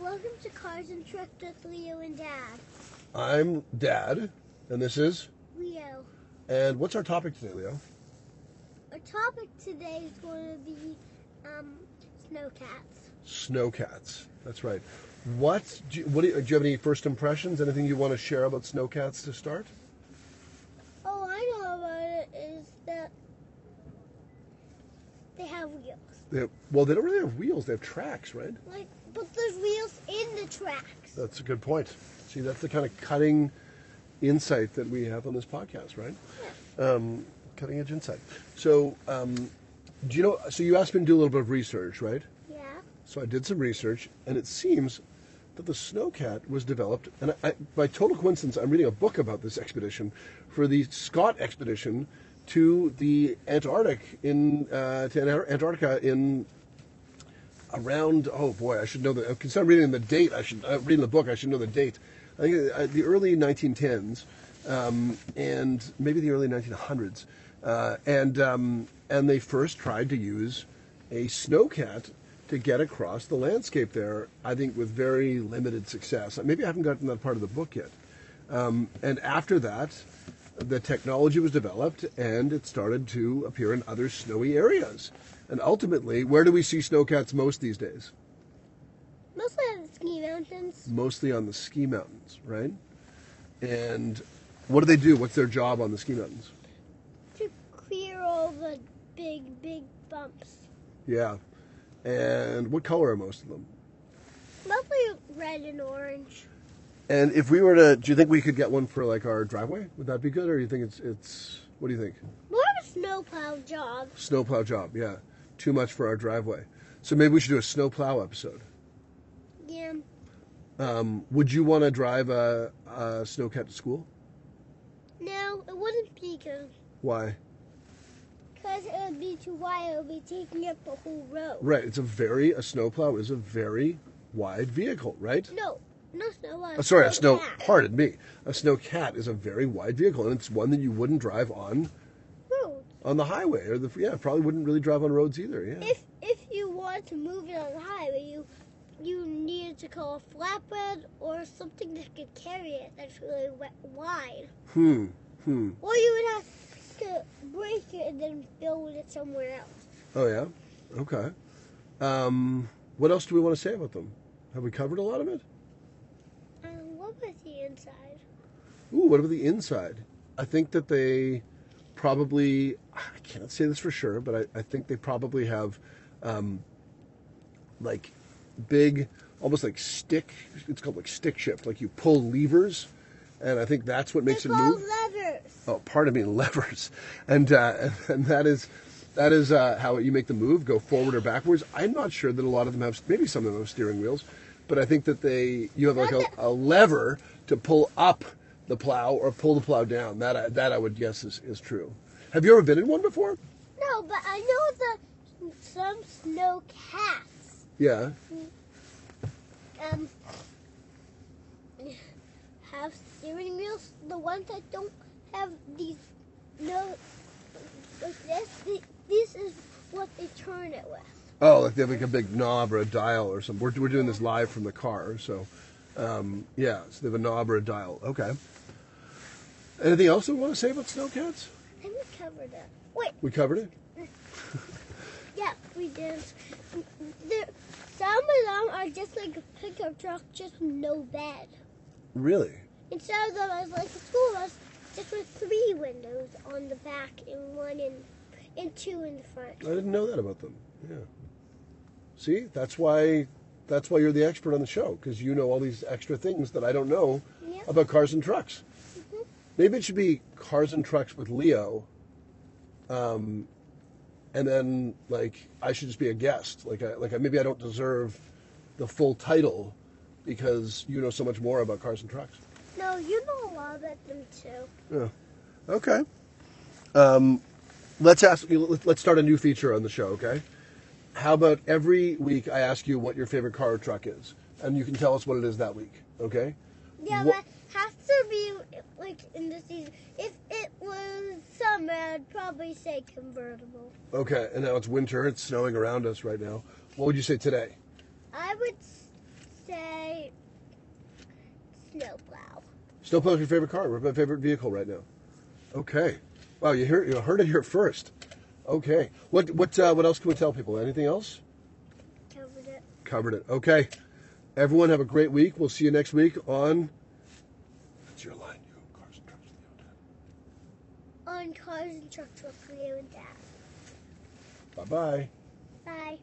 Welcome to Cars and Trucks with Leo and Dad. I'm Dad, and this is. Leo, And what's our topic today, Leo? our topic today is going to be um, snow cats. Snowcats. That's right. What do you, what do you, do you have any first impressions? Anything you want to share about snowcats to start? All I know about it is that they have wheels. They have, well, they don't really have wheels. They have tracks, right? Like, but there's wheels in the tracks. That's a good point. See, that's the kind of cutting insight that we have on this podcast, right? Um, cutting edge insight. So, um, do you know? So you asked me to do a little bit of research, right? yeah. So I did some research, and it seems that the snowcat was developed, and I, by total coincidence, I'm reading a book about this expedition for the Scott expedition to the Antarctic in uh, to Antar- Antarctica in around. Oh boy, I should know the. Because I'm reading the date, I should uh, reading the book. I should know the date. I think uh, the early 1910s, um, and maybe the early 1900s, uh, and um, and they first tried to use a snowcat to get across the landscape there. I think with very limited success. Maybe I haven't gotten that part of the book yet. Um, and after that, the technology was developed and it started to appear in other snowy areas. And ultimately, where do we see snowcats most these days? Mostly in the ski mountains. Mostly on the ski mountains, right? And what do they do? What's their job on the ski mountains? To clear all the big, big bumps. Yeah. And what color are most of them? Mostly red and orange. And if we were to, do you think we could get one for like our driveway? Would that be good, or do you think it's it's? What do you think? More of a snowplow job. Snowplow job, yeah. Too much for our driveway. So maybe we should do a snowplow episode. Yeah. Um, would you want to drive a, a snowcat to school? No, it wouldn't be good. Why? Because it would be too wide. It would be taking up the whole road. Right. It's a very a snowplow is a very wide vehicle, right? No, not snow. Uh, sorry, a snow. cat. Pardon me. A snowcat is a very wide vehicle, and it's one that you wouldn't drive on Road. on the highway or the yeah probably wouldn't really drive on roads either. Yeah. If if you want to move it on the highway, you you needed to call a flatbed or something that could carry it that's really wi- wide. Hmm. Hmm. Or you would have to break it and then build it somewhere else. Oh yeah. Okay. Um, what else do we want to say about them? Have we covered a lot of it? Um, what was the inside? Ooh, what about the inside? I think that they probably, I cannot say this for sure, but I, I think they probably have um, like big, almost like stick, it's called like stick shift, like you pull levers, and I think that's what makes It's it all move. levers. Oh, pardon me, levers, and uh, and that is that is uh, how you make the move, go forward or backwards. I'm not sure that a lot of them have. Maybe some of them have steering wheels, but I think that they you have like a, a lever to pull up the plow or pull the plow down. That I, that I would guess is, is true. Have you ever been in one before? No, but I know the some snow cats Yeah. um, have steering wheels. The ones that don't have these, no, like this, the- this is what they turn it with. Oh, like they have like a big knob or a dial or something. We're, we're doing this live from the car, so um, yeah. So they have a knob or a dial. Okay. Anything else that we want to say about snowcats? I think we covered it. Wait, We covered it. yeah, we did. There, some of them are just like a pickup truck, just with no bed. Really? And some of them are like a school bus, just with three windows on the back and one in, and two in the front. I didn't know that about them. Yeah. See, that's why that's why you're the expert on the show because you know all these extra things that I don't know Yeah. about cars and trucks. Mhm. Maybe it should be cars and trucks with Leo. Um, and then like I should just be a guest. Like I, like I, maybe I don't deserve the full title because you know so much more about cars and trucks. No, you know a lot about them too. Okay. Um, let's ask. you- Let's start a new feature on the show. Okay. How about every week I ask you what your favorite car or truck is, and you can tell us what it is that week. Okay. Yeah, Wha- but has to be like in the season. If it was summer, I'd probably say convertible. Okay. And now it's winter. It's snowing around us right now. What would you say today? I would s- say snowplow. Snowplow is your favorite car, my favorite vehicle right now. Okay. Wow, you heard, you heard it here first. Okay. What what uh, what else can we tell people? Anything else? Covered it. Covered it. Okay. Everyone have a great week. We'll see you next week on. That's your line. You own cars and trucks with Leo and On cars and trucks with Leo and Dad. Dad. Bye bye. Bye.